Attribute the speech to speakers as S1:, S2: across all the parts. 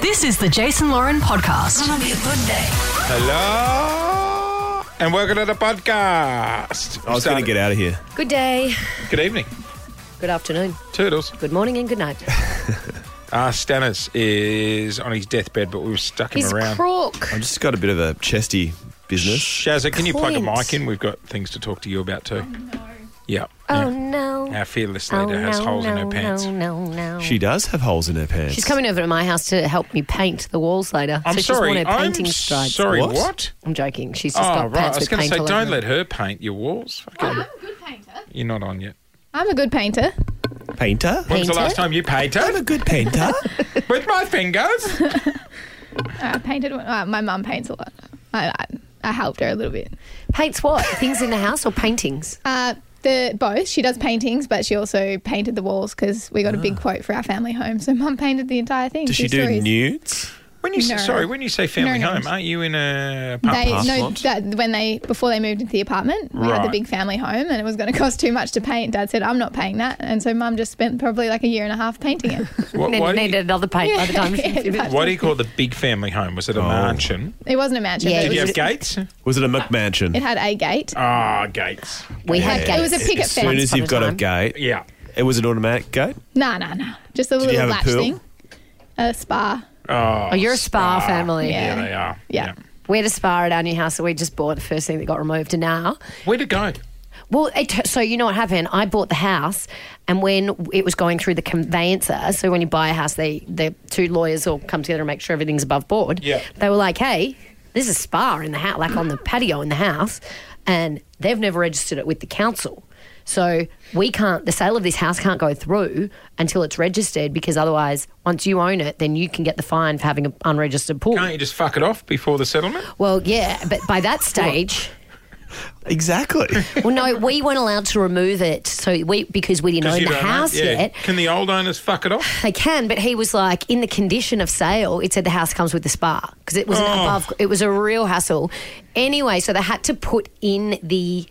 S1: This is the Jason Lauren podcast.
S2: Hello and welcome to the podcast.
S3: I was going to get out of here.
S4: Good day,
S2: Good evening,
S4: good afternoon,
S2: Turtles.
S4: good morning, and good night.
S2: Uh, Stannis is on his deathbed, but we've stuck him
S4: He's
S2: around.
S4: crook.
S3: I just got a bit of a chesty business.
S2: Shazza, can you plug a
S4: Clint.
S2: mic in? We've got things to talk to you about
S5: Oh,
S2: too. Yeah.
S4: Oh
S2: yeah.
S4: no.
S2: Our fearless
S4: Oh
S2: leader
S4: no,
S2: has holes
S4: no,
S2: in her pants.
S4: no, no, no.
S3: She does have holes in her pants.
S4: She's coming over to my house to help me paint the walls later.
S2: I'm
S4: so she's
S2: sorry.
S4: worn her
S2: I'm
S4: painting strides.
S2: sorry. What?
S3: What?
S4: I'm joking. She's
S2: Oh
S4: just got
S2: right.
S4: pants
S2: I was
S4: with
S2: going to
S4: paint
S2: say,
S4: all
S2: don't
S4: over
S2: let her paint your walls. Fucking-
S5: I'm a good painter.
S2: You're not on yet.
S5: I'm a good painter.
S3: Painter?
S2: When was the
S4: Painter?
S2: last time you
S3: I'm
S2: painted
S3: a good painter.
S2: with my fingers?
S5: I painted. Uh, my mum paints a lot. I, I, I helped her a little bit.
S4: it. Paints what? Things in the house or paintings?
S5: Uh, the both. She does paintings, but she also painted the walls because we got a big quote for our family home. So mum painted the entire thing.
S3: Does
S5: Two
S3: she do
S5: stories.
S3: nudes?
S2: When you say,
S5: No.
S2: sorry, when you say family
S5: No, no.
S2: home, aren't you in a
S5: They
S2: pub?
S5: no
S3: apartment?
S5: that, when they before they moved into the apartment, we had the
S2: Right.
S5: big family home, and it was going to cost too much to paint. Dad said, "I'm not paying that," and so mum just spent probably like a year and a half painting it.
S2: What,
S4: Then
S2: why, do
S4: needed
S2: you,
S4: another paint by the time she
S5: Yeah, but
S2: why do you call it the big family home? Was it a mansion?
S5: it wasn't a mansion.
S4: Yeah,
S5: but
S2: Did
S5: it,
S2: you
S5: was,
S2: have gates?
S3: Was it a
S5: it
S3: McMansion?
S5: had a gate.
S2: Ah, gates.
S4: We had
S3: Yeah.
S5: It was
S4: gates.
S5: a picket
S3: As soon
S5: fence.
S3: as you've got a
S4: Once upon
S3: gate,
S2: Yeah.
S3: it was an automatic gate.
S5: No, no, no. Just a
S3: you
S5: little
S3: have a
S5: latch
S3: pool?
S5: thing. A spa.
S2: Oh,
S4: Oh, you're a spa, family.
S5: Yeah.
S2: Yeah, they are.
S5: Yeah.
S4: We had a spa at our new house that we just bought. The first thing that got removed, and now
S2: Where'd it go?
S4: Well, it, so you know what happened? I bought the house, and when it was going through the conveyancer, so when you buy a house, they the two lawyers all come together and make sure everything's above board.
S2: Yeah.
S4: They were like, "Hey, there's a spa in the house, like on the patio in the house," and they've never registered it with the council. So we can't. The sale of this house can't go through until it's registered because otherwise, once you own it, then you can get the fine for having an unregistered pool.
S2: Can't you just fuck it off before the settlement?
S4: Well, yeah, but by that stage.
S3: Exactly.
S4: Well, no, we weren't allowed to remove it. So we because we didn't
S2: 'Cause
S4: own
S2: you
S4: the
S2: don't know.
S4: house
S2: Yeah.
S4: yet.
S2: Can the old owners fuck it off?
S4: They can, but he was like, in the condition of sale, it said the house comes with the spa because it was an
S2: Oh.
S4: above. It was a real hassle. Anyway, so they had to put in the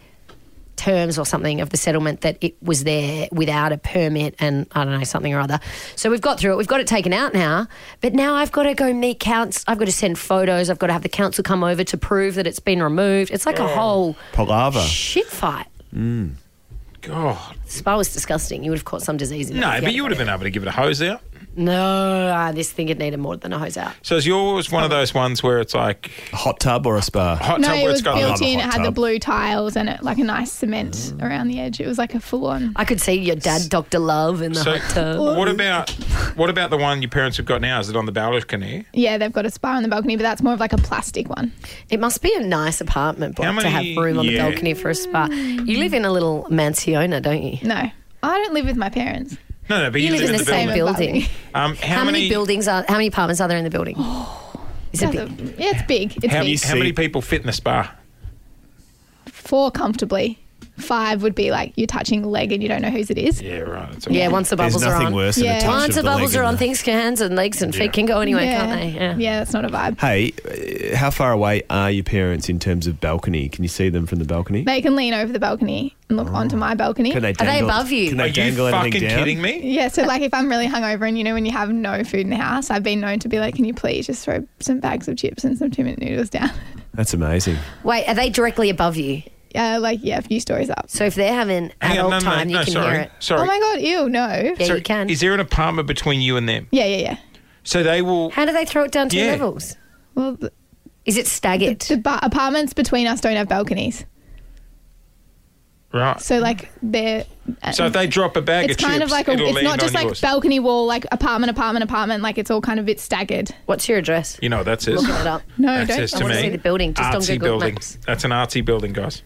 S4: terms or something of the settlement that it was there without a permit and I don't know something or other. So we've got through it. We've got it taken out now, but now I've got to go meet counts. I've got to send photos. I've got to have the council come over to prove that it's been removed. It's
S2: Oh.
S4: like a whole
S3: Palava.
S4: shit fight.
S2: God.
S4: Spa was disgusting. You would have caught some disease. In it
S2: No,
S4: if
S2: but you
S4: hadn't
S2: would have been able to give it a hose out.
S4: got it. No, ah, this thing had needed more than a hose out.
S2: So is yours one of those ones where it's like
S3: A hot tub or a spa?
S2: hot
S5: No,
S2: tub
S5: it
S2: where it's
S5: was
S2: got
S5: built
S3: Another
S5: in. It
S3: hot
S5: had the
S3: tub.
S5: blue tiles and it like a nice cement around the edge. It was like a full on.
S4: I could see your dad, Doctor Love, in the
S2: So
S4: hot tub.
S2: what about what about the one your parents have got now? Is it on the balcony?
S5: Yeah, they've got a spa on the balcony, but that's more of like a plastic one.
S4: It must be a nice apartment block to have
S2: many-
S4: room on
S2: yeah.
S4: the balcony for a spa. You live in a little mansiona, don't you?
S5: No, I don't live with my parents.
S2: No, no, but you,
S4: You live in the same
S2: building.
S4: building.
S5: balcony.
S2: Um,
S4: How, many, buildings are? How many apartments are there in the building?
S2: Oh,
S4: Is it
S5: That's
S4: big?
S5: a- yeah, it's big. It's
S2: How,
S5: big.
S2: how many people fit in the spa?
S5: Four comfortably. Five would be like you're touching a leg and you don't know whose it is.
S2: Yeah, right. It's
S4: Yeah, once the
S3: There's
S4: bubbles are
S3: nothing
S4: on.
S3: worse than a
S5: Yeah.
S3: touch
S4: Once
S3: of
S4: the,
S3: the
S4: bubbles
S3: leg
S4: are
S3: in
S4: on,
S3: the-
S4: things can hands and legs and
S2: Yeah.
S4: feet can go anywhere,
S5: yeah.
S4: can't they? Yeah.
S5: Yeah, that's not a vibe.
S3: Hey, uh, how far away are your parents in terms of balcony? Can you see them from the balcony?
S5: They can lean over the balcony and look onto my balcony.
S3: Can they
S4: Are
S3: dangle,
S4: they above you?
S3: Can
S2: Are
S3: they
S2: you
S3: dangle
S2: fucking
S3: anything down?
S2: kidding me?
S5: Yeah, so like if I'm really hungover and you know when you have no food in the house, I've been known to be like, can you please just throw some bags of chips and some two minute noodles down?
S3: That's amazing.
S4: Wait, are they directly above you?
S5: Yeah, like yeah, a few stories up.
S4: So if they're having
S2: Hang on,
S4: adult
S2: no, no,
S4: time, you
S2: no,
S4: can
S2: sorry,
S4: hear it.
S2: sorry.
S5: Oh my god, ew, no.
S4: Yeah,
S2: Sorry,
S4: you can.
S2: Is there an apartment between you and them?
S5: Yeah, yeah, yeah.
S2: So they will.
S4: How do they throw it down two
S2: Yeah.
S4: levels?
S5: Well, the,
S4: Is it staggered?
S5: the ba- apartments between us don't have balconies,
S2: Right.
S5: so like they're. uh,
S2: So if they drop a bag
S5: it's
S2: of
S5: kind
S2: chips,
S5: of like a,
S2: it'll
S5: it's
S2: land
S5: not just
S2: on
S5: like
S2: yours.
S5: balcony wall, like apartment, apartment, apartment. Like it's all kind of a bit staggered.
S4: What's your address?
S2: you know what that says.
S4: Looking it up.
S5: No,
S2: That
S5: don't.
S2: says
S4: I
S2: to
S4: wanna
S2: me,
S4: see the building, just on
S2: artsy
S4: Google
S2: building.
S4: Maps.
S2: That's an artsy building, guys.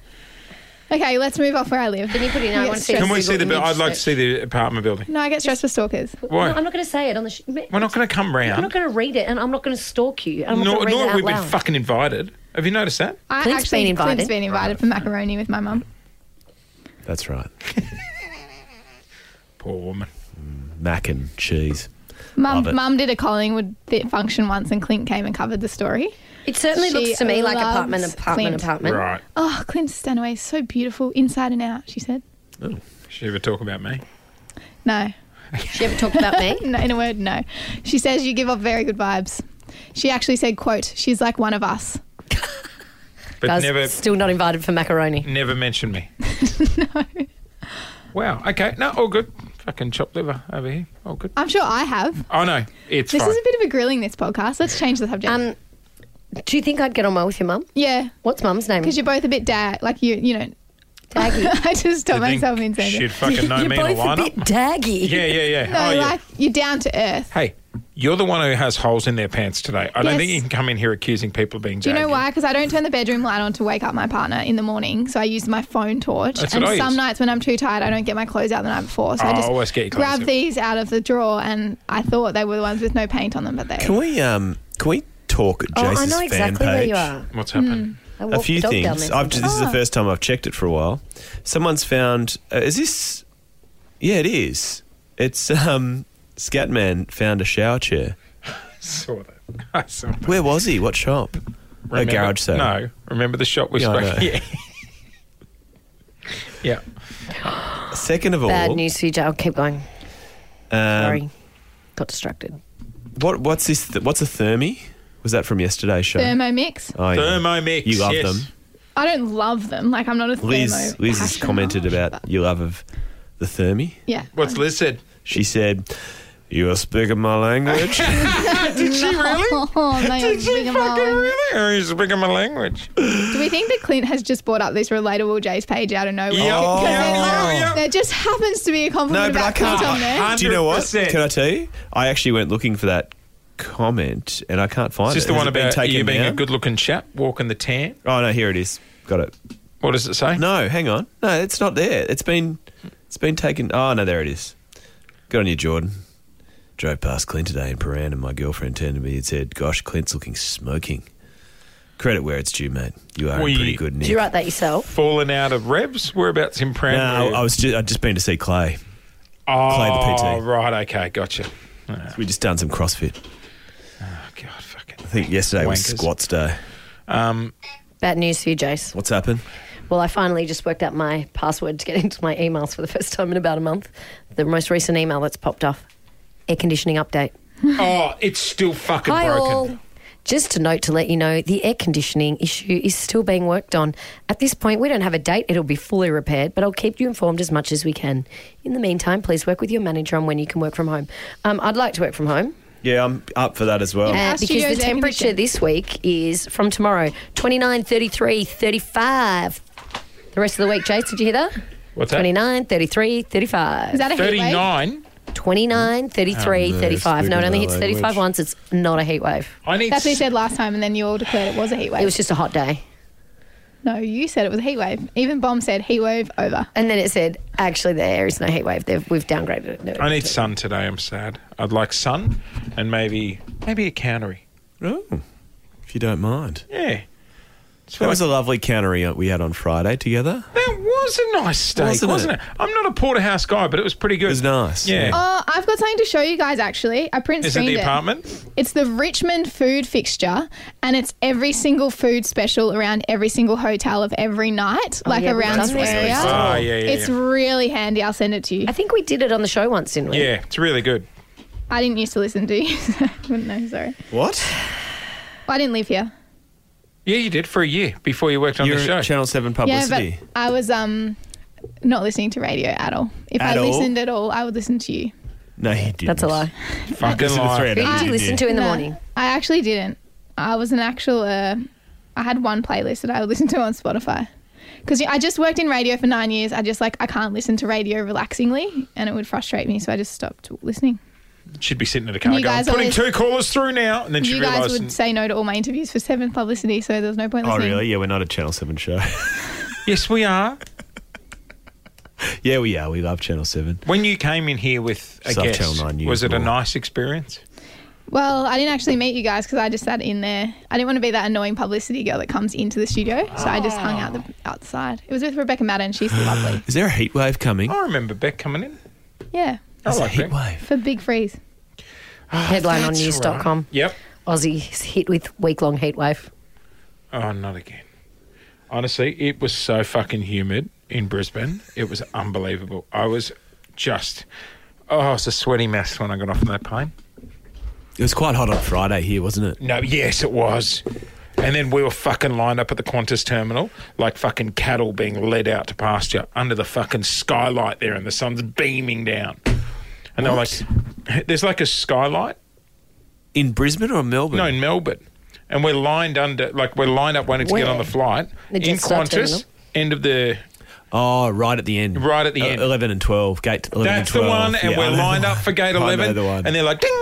S5: Okay, let's move off where I live.
S4: Can you put it in? I
S5: I get
S4: wanna see
S5: stressed.
S2: Can we
S4: Google
S2: see the? bu-
S4: image
S2: I'd like to
S4: search.
S2: see the apartment building.
S5: No, I get stressed for stalkers.
S2: Why?
S4: No, I'm not going to say it on the. Sh-
S2: We're not going to come
S4: I'm not
S2: round.
S4: going to read it, and I'm not going to stalk you. I'm not
S2: Nor,
S4: going to read
S2: nor
S4: it
S2: have
S4: out
S2: we been
S4: loud.
S2: fucking invited. Have you noticed that?
S5: I
S4: Clint's
S5: actually
S4: been invited.
S5: Clint's been invited for macaroni with my mum.
S3: That's right.
S2: Poor woman.
S3: Mac and cheese. Love it.
S5: Mum, mum did a Collingwood fit function once, and Clint came and covered the story.
S4: it certainly
S5: She
S4: looks to me like
S5: loves
S4: apartment, apartment,
S5: Clint.
S4: apartment.
S2: Right.
S5: Oh, Clint's Stanaway is so beautiful, inside and out. She said,
S2: She ever talk about me?
S5: "No,
S4: She ever talked about me?
S5: No, in a word, no. She says you give off very good vibes. She actually said, "quote She's like one of us."
S2: but
S4: Guys,
S2: never Mm.
S4: still not invited for macaroni.
S2: never mention me. no. Wow. Okay. No. All good. Fucking chopped liver over here. All good.
S5: I'm sure I have.
S2: Oh no, it's
S5: This
S2: fine.
S5: is a bit of a grilling. This podcast. Let's change the subject.
S4: Um, do you think I'd get on well with your mum?
S5: yeah,
S4: What's mum's name?
S5: because you're both a bit dag. Like you, you know.
S4: Daggy.
S5: I just
S2: You
S5: stopped
S2: think
S5: myself in saying
S2: She'd
S5: that.
S2: fucking know
S4: you're
S2: me in a
S4: both a
S2: lineup.
S4: bit daggy.
S2: Yeah, yeah, yeah.
S5: No,
S2: oh, yeah.
S5: like you're down to earth.
S2: Hey, you're the one who has holes in their pants today. I don't
S5: Yes.
S2: think you can come in here accusing people of being.
S5: Do you know
S2: jagged.
S5: why? Because I don't turn the bedroom light on to wake up my partner in the morning, so I use my phone torch.
S2: That's
S5: and
S2: what I
S5: some
S2: use.
S5: nights when I'm too tired, I don't get my clothes out the night before, so
S2: Oh,
S5: I
S2: I
S5: just
S2: always get your clothes
S5: grab
S2: out.
S5: these out of the drawer. And I thought they were the ones with no paint on them, but they.
S3: Can we um can we talk at
S4: Oh,
S3: Jason's
S4: I know
S3: fan
S4: exactly where
S3: page?
S4: you are.
S2: What's happened?
S4: I
S3: A
S4: walked
S3: few
S4: the dog down
S3: things.
S4: there Ah.
S3: I've, this is the
S5: Oh.
S3: first time I've checked it for a while. Someone's found. Uh, is this? Yeah, it is. It's um. Scatman found a shower chair.
S5: Hmm.
S2: Saw that. I saw that.
S3: Where was he? What shop?
S2: Remember-
S3: a garage sale.
S2: No, remember the shop we
S3: Yeah, I
S2: spoke.
S3: know.
S2: Yeah. yeah.
S3: Second of all,
S4: Bad news for you, Joe. Keep going.
S3: Um,
S4: Sorry. Got distracted.
S3: what what's this? Th- what's a thermi? Was that from yesterday's show?
S5: Thermomix.
S3: Oh, yeah.
S2: Thermomix.
S3: You love
S2: yes.
S3: them.
S5: I don't love them. Like I'm not a thermo.
S3: Liz Liz has
S5: passionate,
S3: commented
S5: but-
S3: about your love of the thermi.
S5: Yeah.
S2: What's Liz said?
S3: She said, "You are speaking my language."
S2: Did she really?
S5: Oh, no,
S2: Did she
S5: big
S2: fucking
S5: and mild.
S2: really? Or is speaking my language?
S5: Do we think that Clint has just brought up this relatable Jace page out of nowhere?
S2: Yeah,
S5: Because
S2: yeah, yeah,
S5: there-
S2: yeah.
S5: There just happens to be a
S3: No,
S5: compliment
S3: but I
S5: about Clint
S3: can't.
S5: on there.
S2: I-
S3: Do you know what?
S2: 100%.
S3: Can I tell you? I actually went looking for that comment and I can't find
S2: It's just
S3: it.
S2: the
S3: Has
S2: one
S3: it been
S2: about
S3: taken
S2: you being a
S3: down?
S2: good-looking chap walking the tan.
S3: Oh no, here it is. Got it.
S2: What does it say?
S3: No, hang on. No, it's not there. It's been it's been taken. Oh no, there it is. Good on you, Jordan. Drove past Clint today in Paran and my girlfriend turned to me and said, "Gosh, Clint's looking smoking." Credit where it's due, mate. You are
S2: We-
S3: in pretty good
S4: Did you
S3: nick.
S4: write that yourself?
S2: Falling out of Rebs. Whereabouts in
S3: No,
S2: Pram?
S3: I was just, I'd just been to see Clay.
S2: oh,
S3: Clay the PT.
S2: right. Okay, gotcha.
S3: We just done some CrossFit.
S2: Oh, God, fucking.
S3: I think yesterday was
S2: Wankers.
S3: squats day.
S2: Um,
S4: Bad news for you, Jace.
S3: What's happened?
S4: Well, I finally just worked out my password to get into my emails for the first time in about a month. The most recent email that's popped off air conditioning update.
S2: oh, it's still fucking
S4: Hi,
S2: broken.
S4: all. Just a note to let you know the air conditioning issue is still being worked on. At this point, we don't have a date, it'll be fully repaired, but I'll keep you informed as much as we can. In the meantime, please work with your manager on when you can work from home. Um, I'd like to work from home.
S3: Yeah, I'm up for that as well.
S5: Yeah.
S4: Uh,
S5: Our
S4: because the
S5: studio's air
S4: temperature
S5: conditioned.
S4: this week is from tomorrow 29, 33, 35. The rest of the week, Jace, did you hear that?
S2: What's that?
S4: 29, 33, 35.
S5: Is that a heat wave?
S2: Thirty-nine.
S4: 29, 33,
S2: Um,
S3: no,
S4: 35. No, it
S3: speaking
S4: only
S3: my
S4: hits 35
S3: language.
S4: once. It's not a heat wave.
S2: I need.
S5: That's what you
S2: s-
S5: said last time, and then you all declared it was a heat wave.
S4: It was just a hot day.
S5: no, you said it was a heat wave. Even Bomb said heat wave over.
S4: And then it said, actually, there is no heat wave. They've, we've downgraded it. No,
S2: I need sun today. I'm sad. I'd like sun and maybe maybe a countery.
S3: Oh, if you don't mind.
S2: Yeah. It's
S3: That was a
S2: like-
S3: lovely cannery we had on Friday together.
S2: that was a nice steak, wasn't,
S3: Wasn't it?
S2: it? I'm not a porterhouse guy, but it was pretty good. It
S3: was nice,
S2: Yeah.
S3: yeah.
S5: Oh, I've got something to show you guys. Actually, I print
S2: Is it
S5: screened
S2: the
S5: it.
S2: apartment?
S5: It's the Richmond food fixture, and it's every single food special around every single hotel of every night, like
S4: Oh, yeah, we've
S5: around
S4: done
S5: the
S4: this
S5: area.
S4: before.
S2: Ah, yeah, yeah,
S5: Oh, it's
S2: yeah.
S5: really handy. I'll send it to you.
S4: I think we did it on the show once, didn't we?
S2: Yeah, it's really good.
S5: I didn't used to listen to you. so I wouldn't know. Sorry.
S3: What?
S5: Well, I didn't live here.
S2: Yeah, you did for a year before you worked on
S3: You're
S2: the show.
S3: Channel 7
S5: Yeah,
S3: publicity.
S5: but I was um not listening to radio at all. If
S3: At
S5: I
S3: all?
S5: listened at all, I would listen to you.
S3: no, he didn't.
S4: That's a lie.
S2: Fucking
S3: Listen to
S2: liar.
S3: Thread,
S4: Who did you
S3: didn't
S4: listen to in the
S5: No,
S4: morning?
S5: I actually didn't. I was an actual. Uh, I had one playlist that I would listen to on Spotify. Because I just worked in radio for nine years. I just like I can't listen to radio relaxingly, and it would frustrate me, so I just stopped listening.
S2: She'd be sitting in a car
S5: You
S2: going,
S5: guys
S2: putting
S5: always-
S2: two callers through now. And then she
S5: you guys
S2: realised.
S5: would say no to all my interviews for seven publicity, so there's no point
S3: Oh,
S5: listening.
S3: really? Yeah, we're not a Channel 7 show.
S2: yes, we are.
S3: yeah, we are. We love Channel 7.
S2: When you came in here with a
S3: Sub Channel
S2: guest,
S3: 9 News
S2: was it a
S3: more.
S2: nice experience?
S5: Well, I didn't actually meet you guys because I just sat in there. I didn't want to be that annoying publicity girl that comes into the studio, so I just hung out
S3: Ah.
S5: the outside. It was with Rebecca Madden. She's lovely.
S3: Is there a heat wave coming?
S2: Oh, I remember Beck coming in.
S5: Yeah,
S2: I
S3: There's a
S2: like
S3: heat
S2: Beck.
S3: wave.
S5: for Big Freeze.
S4: Headline on
S2: That's
S4: news.com.
S2: right. Yep.
S4: Aussie is hit with week long heat wave.
S2: Oh, not again. Honestly, it was so fucking humid in Brisbane. It was unbelievable. I was just, Oh, it's a sweaty mess when I got off from that plane.
S3: It was quite hot on Friday here, wasn't it?
S2: No, yes, it was. And then we were fucking lined up at the Qantas terminal, like fucking cattle being led out to pasture under the fucking skylight there, and the sun's beaming down. And they're like, there's like a skylight.
S3: In Brisbane or Melbourne?
S2: No, in Melbourne. And we're lined under, like, we're lined up waiting to get
S4: Where?
S2: on the flight.
S4: The
S2: in
S4: Jetstar
S2: Qantas,
S4: terminal?
S2: end of the
S3: Oh, right at the end. Uh,
S2: Right at the end.
S3: Eleven and twelve. Gate eleven
S2: That's
S3: and
S2: the
S3: twelve.
S2: one, and
S3: Yeah, I
S2: we're
S3: know
S2: lined
S3: the
S2: up
S3: one.
S2: for gate
S3: I know
S2: 11.
S3: the one.
S2: And they're like, ding!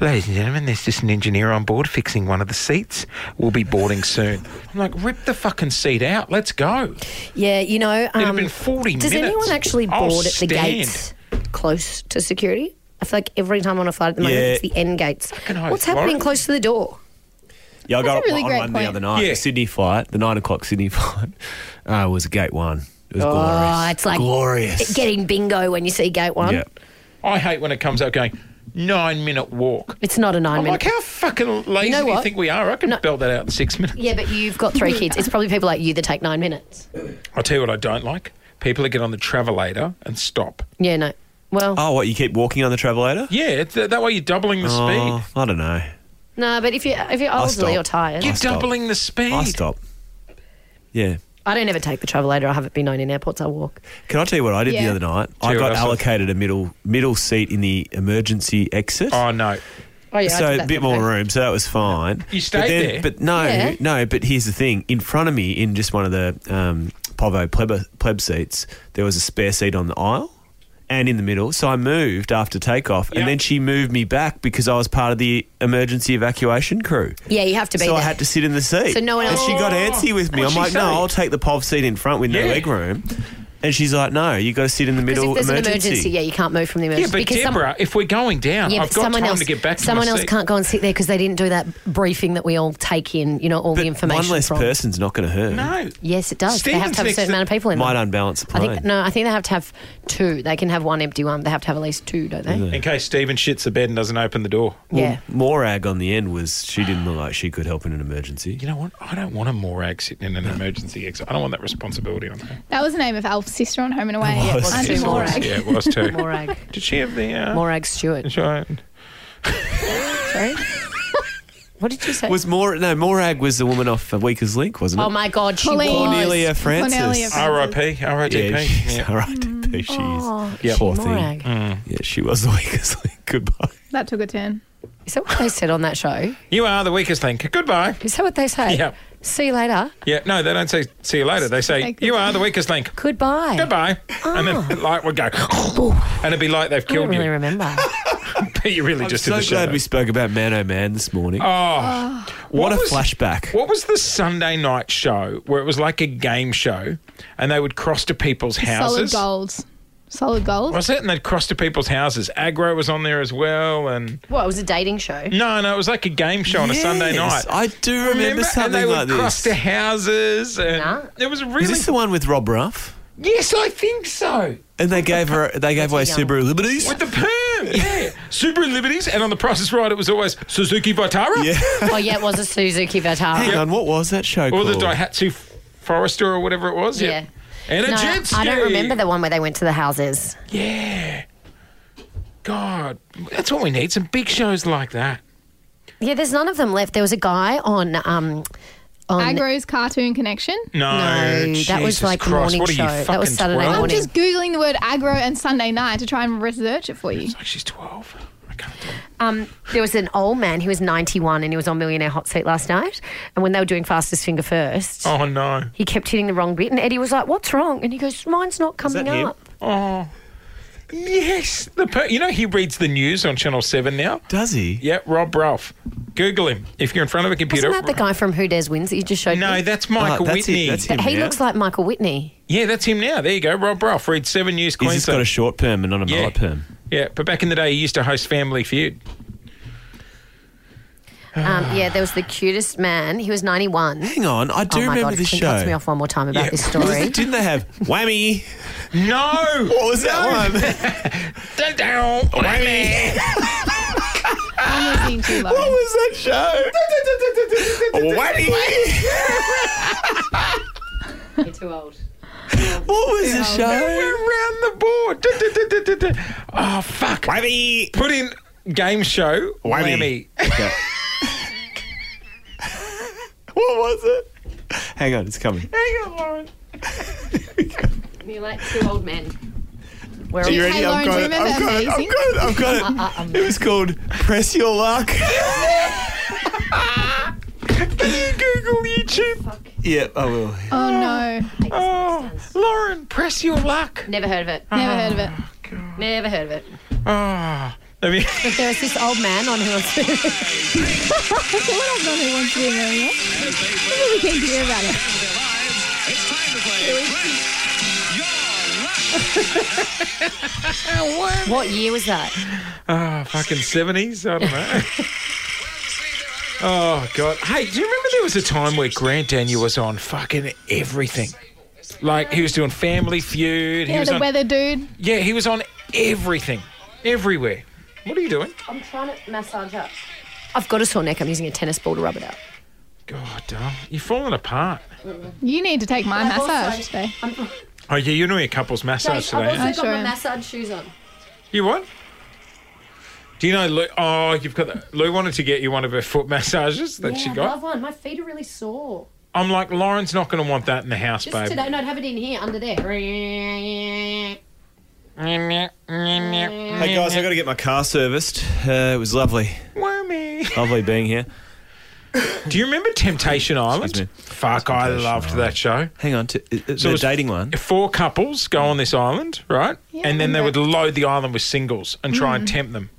S2: Ladies and gentlemen, there's just an engineer on board fixing one of the seats. We'll be boarding soon. I'm like, rip the fucking seat out. Let's go.
S4: Yeah, you know. Um,
S2: It'd have been 40
S4: does
S2: minutes.
S4: anyone actually
S2: I'll
S4: board at the
S2: stand.
S4: gates close to security? I feel like every time on a flight at the moment,
S3: Yeah.
S4: it's the end gates.
S2: oath,
S4: What's happening
S2: Lauren.
S4: close to the door?
S3: Yeah, I got
S5: That's a really
S3: on
S5: great
S3: one the
S5: point.
S3: other night.
S2: Yeah.
S3: The Sydney flight, the nine o'clock Sydney flight, uh, was gate one. It was
S4: Oh,
S3: glorious.
S4: it's like
S3: glorious.
S4: getting bingo when you see gate one.
S3: yeah.
S2: I hate when it comes out going, nine minute walk.
S4: It's not a 9
S2: I'm
S4: minute.
S2: like, how fucking lazy
S4: You know
S2: do you
S4: what?
S2: think we are? I can
S4: No.
S2: belt that out in six minutes.
S4: yeah, but you've got three kids. It's probably people like you that take nine minutes.
S2: I'll tell you what I don't like. People that get on the travelator and stop.
S4: Yeah, no. Well,
S3: Oh, what you keep walking on the travelator?
S2: Yeah, it's, that way you're doubling the
S3: Oh,
S2: speed.
S3: I don't know.
S4: no, but if you if you're elderly
S3: stop.
S4: or tired,
S2: You're
S3: I stop.
S2: doubling the speed.
S3: I stop. Yeah.
S4: I don't ever take the travel later. I have it been known in airports. I walk.
S3: Can I tell you what I did the
S5: Yeah.
S3: other night?
S2: Tell
S3: I
S2: you what
S3: got
S2: I saw.
S3: allocated a middle middle seat in the emergency exit.
S2: Oh, no.
S4: Oh yeah, I
S3: so
S4: did
S3: a
S4: that
S3: bit
S4: the
S3: more
S4: other day.
S3: room, so that was fine.
S2: You stayed
S3: but then-
S2: there?
S3: but no,
S4: Yeah.
S3: no. But here's the thing: in front of me, in just one of the um, Povo pleb, pleb seats, there was a spare seat on the aisle and in the middle. So I moved after takeoff,
S2: Yeah.
S3: and then she moved me back because I was part of the emergency evacuation crew.
S4: Yeah, you have to be
S3: So I
S4: there.
S3: had to sit in the seat.
S4: So no one
S3: And
S4: else-
S3: she got antsy with me.
S2: What'd
S3: I'm like,
S2: she
S3: no,
S2: say?
S3: I'll take the POV seat in front with no
S2: Yeah.
S3: leg room. And she's like, no, you got to sit in the
S4: because
S3: middle
S4: if there's an emergency, yeah, you can't move from the
S2: Yeah,
S4: emergency.
S2: but
S4: because some-
S2: Deborah, if we're going down,
S4: Yeah,
S2: I've
S4: but
S2: got
S4: someone
S2: time
S4: else,
S2: to get back to
S4: someone
S2: my
S4: else
S2: seat.
S4: can't go and sit there because they didn't do that briefing that we all take in. You know, all the
S3: But
S4: information.
S3: one less
S4: from.
S3: person's not going to hurt.
S2: No.
S4: Yes, it does. they
S2: Stephen's
S4: have to have a
S2: next
S4: certain
S2: to-
S4: amount of people in.
S3: Might
S4: Them.
S3: unbalance the
S4: I
S3: plane.
S4: think no. I think they have to have two. They can have one empty one. They have to have at least two, don't they?
S2: In case Stephen shits the bed and doesn't open the door.
S4: Yeah.
S3: Morag on the end was she didn't look like she could help in an emergency.
S2: You know what? I don't want a Morag sitting in an emergency exit. I don't want that responsibility on her.
S5: That was the name of Alf's sister on Home and Away.
S3: It was.
S5: Auntie
S4: It was.
S5: Morag.
S2: Yeah, it was too.
S4: Morag,
S2: Did she have the... Uh,
S4: Morag Stewart.
S2: giant-
S4: Sorry. what did you say?
S3: Was Mor no Morag was the woman off Weaker's Link, wasn't it?
S4: oh my God, she
S5: Colleen.
S4: was.
S3: Cornelia Francis.
S5: Cornelia Francis.
S2: R.I.P.
S3: Yeah,
S2: R.I.D.P.
S3: she's
S2: Yeah. Mm.
S3: all right. DP, she
S4: Oh,
S3: is.
S4: she
S3: poor
S4: Morag.
S3: thing. Yeah, she was the Weaker's Link. Goodbye.
S5: That took a turn.
S4: Is that what they said on that show?
S2: You are the weakest link. Goodbye.
S4: Is that what they say?
S2: Yeah.
S4: See you later.
S2: Yeah, no, they don't say see you later. They say
S5: Like-
S2: you are the weakest link.
S4: Goodbye.
S2: Goodbye. And then the light would go, and it'd be like they've
S4: Oh. I
S2: killed
S4: don't really
S2: you.
S4: remember.
S2: But you really just
S3: so
S2: did the show.
S3: glad we spoke about Man O Man this morning.
S2: Oh,
S4: Ah.
S3: what, a
S2: was-
S3: flashback!
S2: What was the Sunday night show where it was like a game show and they would cross to people's houses?
S5: Solid gold. Solid gold.
S2: Was it? And they'd cross to people's houses. Agro was on there as well. And
S4: What, it was a dating show?
S2: no, no, it was like a game show on a Sunday night.
S3: Yes, I do remember,
S2: and they
S3: something
S2: would
S3: like
S2: cross
S3: this.
S2: to houses. And
S4: Nah.
S2: It was
S3: Is
S2: really.
S3: this the one with Rob Ruff?
S2: yes, I think so.
S3: And they gave her they gave away
S4: Too young.
S3: Subaru Liberties.
S2: With the perm. Yeah. Subaru Liberties. And on the process ride, it was always Suzuki Vitara.
S3: yeah.
S4: oh, yeah, it was a Suzuki Vitara.
S3: Hang on, what was that show
S2: Or
S3: called?
S2: the Daihatsu Forester or whatever it was.
S4: Yeah.
S2: And a
S4: No,
S2: jet
S4: I
S2: ski.
S4: don't remember the one where they went to the houses.
S2: Yeah. God, that's what we need. Some big shows like that.
S4: Yeah, there's none of them left. There was a guy on. Um, on
S5: Agro's cartoon connection.
S2: No,
S4: No, that was
S2: Jesus
S4: like the
S2: Christ.
S4: morning
S2: what are you,
S4: show. That
S2: fucking
S4: was Saturday
S2: 12?
S5: I'm
S4: morning.
S5: just googling the word agro and Sunday night to try and research it for you.
S2: Like Oh, she's twelve. I can't. do it.
S4: um, there was an old man. He was 91 and he was on Millionaire Hot Seat last night. And when they were doing Fastest Finger First,
S2: Oh no.
S4: he kept hitting the wrong bit. And Eddie was like, "What's wrong?" And he goes, "Mine's not coming
S3: that him?
S4: up."
S2: Oh. Yes, the per- you know he reads the news on Channel Seven now.
S3: Does he?
S2: Yeah, Rob Ralph. Google him if you're in front of a computer.
S4: Isn't that the guy from Who Dares Wins that you just showed
S2: No,
S4: me?
S2: that's Michael
S3: Oh, that's it,
S2: Whitney.
S3: that's him.
S4: But he
S3: yeah.
S4: looks like Michael Whitney.
S2: Yeah, that's him now. There you go. Rob Ralph reads Seven News
S3: He's just got a
S2: Queensland.
S3: short perm and not a
S2: Yeah.
S3: mullet perm.
S2: yeah, but back in the day, he used to host Family Feud.
S4: Um, yeah, there was the cutest man. He was 91.
S3: Hang on, I do
S4: oh my
S3: remember
S4: god,
S3: this
S4: it
S3: show.
S4: cuts me off one more time about
S2: Yeah.
S4: this
S3: Was
S4: story.
S3: it- didn't they have whammy?
S2: No.
S3: What was that one?
S2: Dun, dun, whammy.
S5: I'm listening too low.
S3: What was that show? whammy.
S4: You're too old.
S3: What was the show?
S2: Around the board. Dun, dun, dun, dun, dun, dun. Oh, Oh fuck!
S6: Whammy.
S2: Put in game show
S6: Whammy.
S2: whammy.
S3: Okay. what was it? Hang on, it's coming.
S4: You're like two old men.
S3: Are you
S5: Hey,
S3: ready?
S5: Lauren,
S3: I've got
S5: do you
S3: it. I've
S5: remember
S3: got it.
S5: amazing? Uh,
S3: I've got it. I've
S5: um.
S3: got it. It was called Press Your Luck. Can you Google YouTube? Yep, I will.
S5: Oh no,
S2: Oh, Lauren, press your luck.
S4: Never heard of it.
S5: never heard of it.
S4: Never heard of it.
S2: Ah, I mean,
S4: But there was this old man on Who Wants to Be
S5: What else on Who Wants to Be a Millionaire? I really keen to hear about it.
S4: What year was that?
S2: ah, fucking seventies. I don't know. Oh god! Hey, do you remember there was a time where Grant Daniel was on fucking everything? Like he was doing Family Feud. he
S5: Yeah,
S2: was
S5: the
S2: on,
S5: weather dude.
S2: Yeah, he was on everything, everywhere. What are you doing?
S4: I'm trying to massage up. I've got a sore neck. I'm using a tennis ball to rub it up.
S2: God, darling, you're falling apart.
S5: You need to take my massage today.
S2: Oh yeah, you're doing a couple's massage today. aren't you?
S5: got my
S4: massage shoes on.
S2: You what? Do you know Lou? Oh, you've got the, Lou wanted to get you one of her foot massages that she got.
S4: one. My feet are really sore.
S2: I'm like, Lauren's not going to want that in the house, babe.
S4: no, I'd have it in here under there.
S3: Hey guys, I got to get my car serviced. Uh, it was lovely,
S2: Whammy.
S3: lovely being here.
S2: Do you remember Temptation Island?
S3: me.
S2: Fuck, I
S3: Temptation
S2: loved that show.
S3: Hang on, to, uh,
S2: So
S3: the
S2: it's-
S3: dating one.
S2: Four couples go on this island, right?
S5: Yeah,
S2: and then they would
S5: remember.
S2: load the island with singles and try
S4: Mm.
S2: and tempt them.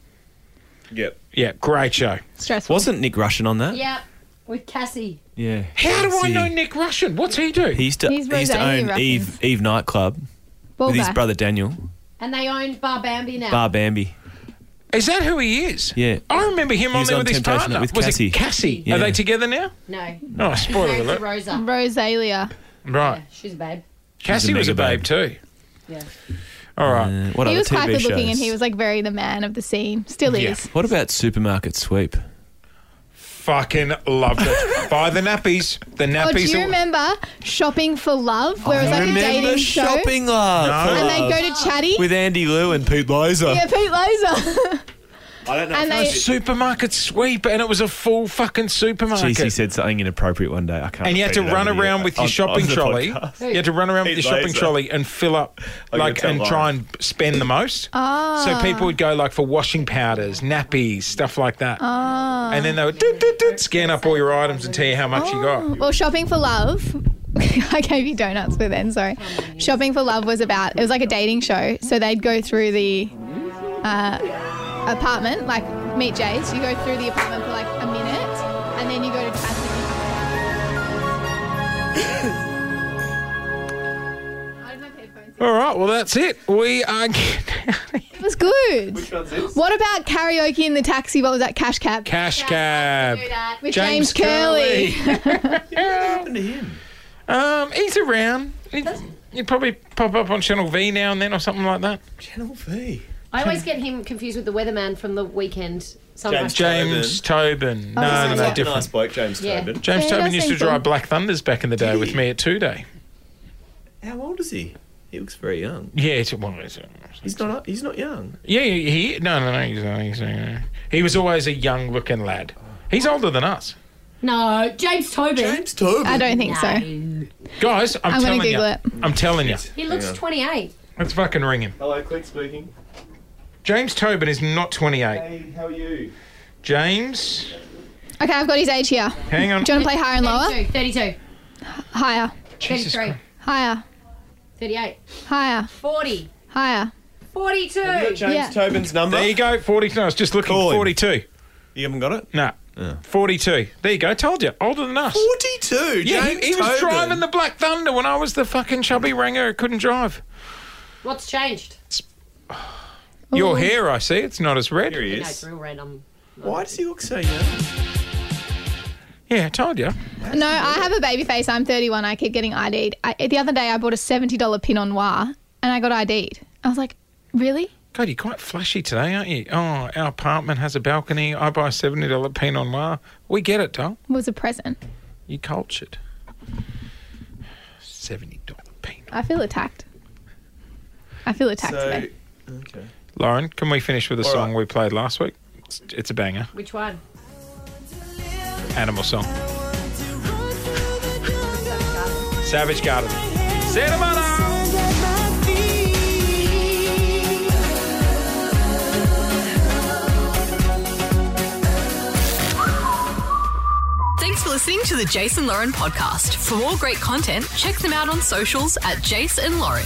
S3: Yep.
S2: Yeah, great show.
S5: Stressful.
S3: Wasn't Nick Russian on that?
S4: Yeah, with Cassie.
S3: Yeah.
S2: How do I
S3: See,
S2: know Nick Russian? What's he do?
S3: He used to,
S5: He's
S3: he used to
S5: Rosanna
S3: own
S5: Ruffin.
S3: Eve Eve nightclub
S5: Ball
S3: with his
S5: back.
S3: brother Daniel
S4: And they owned Bar Bambi now.
S3: Bar Bambi.
S2: Is that who he is?
S3: Yeah.
S2: I remember him on
S3: was
S2: there
S3: on
S2: with his
S3: Temptation
S2: partner.
S3: with
S2: Was
S3: Cassie.
S2: it Cassie?
S3: Yeah.
S2: Are they together now?
S4: No,
S2: Oh, spoiler
S4: married to
S2: alert.
S4: Rosa.
S5: Rosalia.
S2: Right.
S4: She's a babe.
S2: Cassie was a
S3: mega
S2: babe,
S3: babe.
S2: too.
S4: Yeah.
S2: All right.
S3: Uh, what
S5: He
S3: other
S5: was
S3: TV
S5: quite good looking
S3: shows?
S5: and he was like very the man of the scene. Still
S2: Yeah.
S5: is.
S3: What about Supermarket Sweep?
S2: Fucking loved it. Buy the nappies. The
S5: Oh, do
S2: nappies.
S5: you
S2: are-
S5: remember Shopping for Love? Where it was like a
S3: Remember
S5: dating show.
S3: Shopping Love?
S5: And they go to Chatty.
S3: with Andy Liu and Pete Loza.
S5: yeah, Pete Loser.
S3: I don't know.
S5: and they
S2: supermarket sweep, and it was a full fucking supermarket.
S3: Jeez, he said something inappropriate one day. I can't.
S2: and you had to
S3: repeat it
S2: run
S3: over the-
S2: around with your
S3: uh, on-
S2: shopping
S3: on the
S2: trolley.
S3: podcast. Oh,
S2: You had to run around with your
S3: Pete
S2: shopping
S3: Laser.
S2: trolley and fill up,
S3: I'm gonna
S2: like,
S3: tell
S2: and
S3: Lauren.
S2: try and spend the most.
S5: Ah.
S2: So people would go like for washing powders, nappies, stuff like that.
S5: Ah.
S2: And then they would doot, doot, doot, scan up all your items and tell you how much you got.
S5: Well, Shopping for Love. I gave you donuts for then, sorry. Shopping for Love was about, it was like a dating show. So they'd go through the uh, apartment, like meet Jay's. You go through the apartment for like a minute and then you go to Chad's.
S2: All right, well that's it. We are getting out of here.
S5: It was good. Which one's this? What about karaoke in the taxi? What was that? Cash Cab.
S2: cash cab.
S5: With
S2: James
S5: James, Curley.
S2: Um, he's around. He'd, he'd probably pop up on Channel V now and then or something like that.
S3: Channel V.
S4: I always get him confused with the weatherman from the weekend. Sometimes.
S2: James Tobin. No, no,
S5: sorry.
S2: no,
S5: Yeah.
S2: different.
S3: Nice bloke, James
S4: Yeah.
S3: Tobin.
S2: James
S5: Yeah,
S2: Tobin
S5: that's
S2: used to
S5: simple.
S2: drive Black Thunders back in the day with me at two day.
S3: How old is he? He looks very young.
S2: Yeah, it's, well, it's,
S3: He's not. He's not young.
S2: yeah, he, he- no, no, no, he's, uh, he's, uh, he was always a young looking lad. He's older than us.
S4: No, James Tobin.
S3: Tobin.
S5: I don't think so.
S2: Guys, I'm,
S5: I'm gonna
S2: telling you.
S5: Google it.
S2: I'm telling you.
S4: He looks 28.
S2: Let's fucking ring him.
S3: Hello, Click speaking.
S2: James Tobin is not 28.
S3: Hey, how are you?
S2: James,
S5: Okay, I've got his age here.
S2: hang on.
S5: Do you want to play higher and lower?
S4: 32, 32,
S5: Higher,
S2: Jesus
S4: 33,
S2: Christ.
S5: higher,
S4: 38,
S5: higher,
S4: 40,
S5: higher.
S4: 42.
S3: James
S5: Yeah.
S3: Tobin's number.
S2: There you go, 42. I was just looking,
S3: Call him.
S2: 42.
S3: You haven't got it.
S2: No, 42. There you go, told you. Older than us.
S3: Forty-two.
S2: Yeah, he,
S3: James
S2: he was
S3: Tobin.
S2: driving the Black Thunder when I was the fucking chubby ringer who couldn't drive.
S4: What's changed? Oh.
S2: Your hair, I see, it's not as red.
S3: Here he
S4: No, it's
S3: is.
S4: real random.
S3: Why does he look so young?
S2: Yeah, told you.
S5: No, I have a baby face. I'm 31. I keep getting ID'd. I, the other day, I bought a $70 Pinot Noir and I got ID'd. I was like, really?
S2: God, you're quite flashy today, aren't you? Oh, our apartment has a balcony. I buy seventy dollar Pinot Noir. We get it, doll.
S5: It was a present.
S2: You cultured. Seventy dollar Pinot.
S5: I feel attacked. I feel attacked
S3: So,
S5: today.
S3: okay.
S2: Lauren, can we finish with the
S3: All
S2: song
S3: right.
S2: we played last week? It's, it's a banger.
S4: Which one?
S2: Animal song. Savage Garden. Santa Mara.
S1: Thanks for listening to the Jason Lauren podcast. For more great content, check them out on socials at Jason Lauren.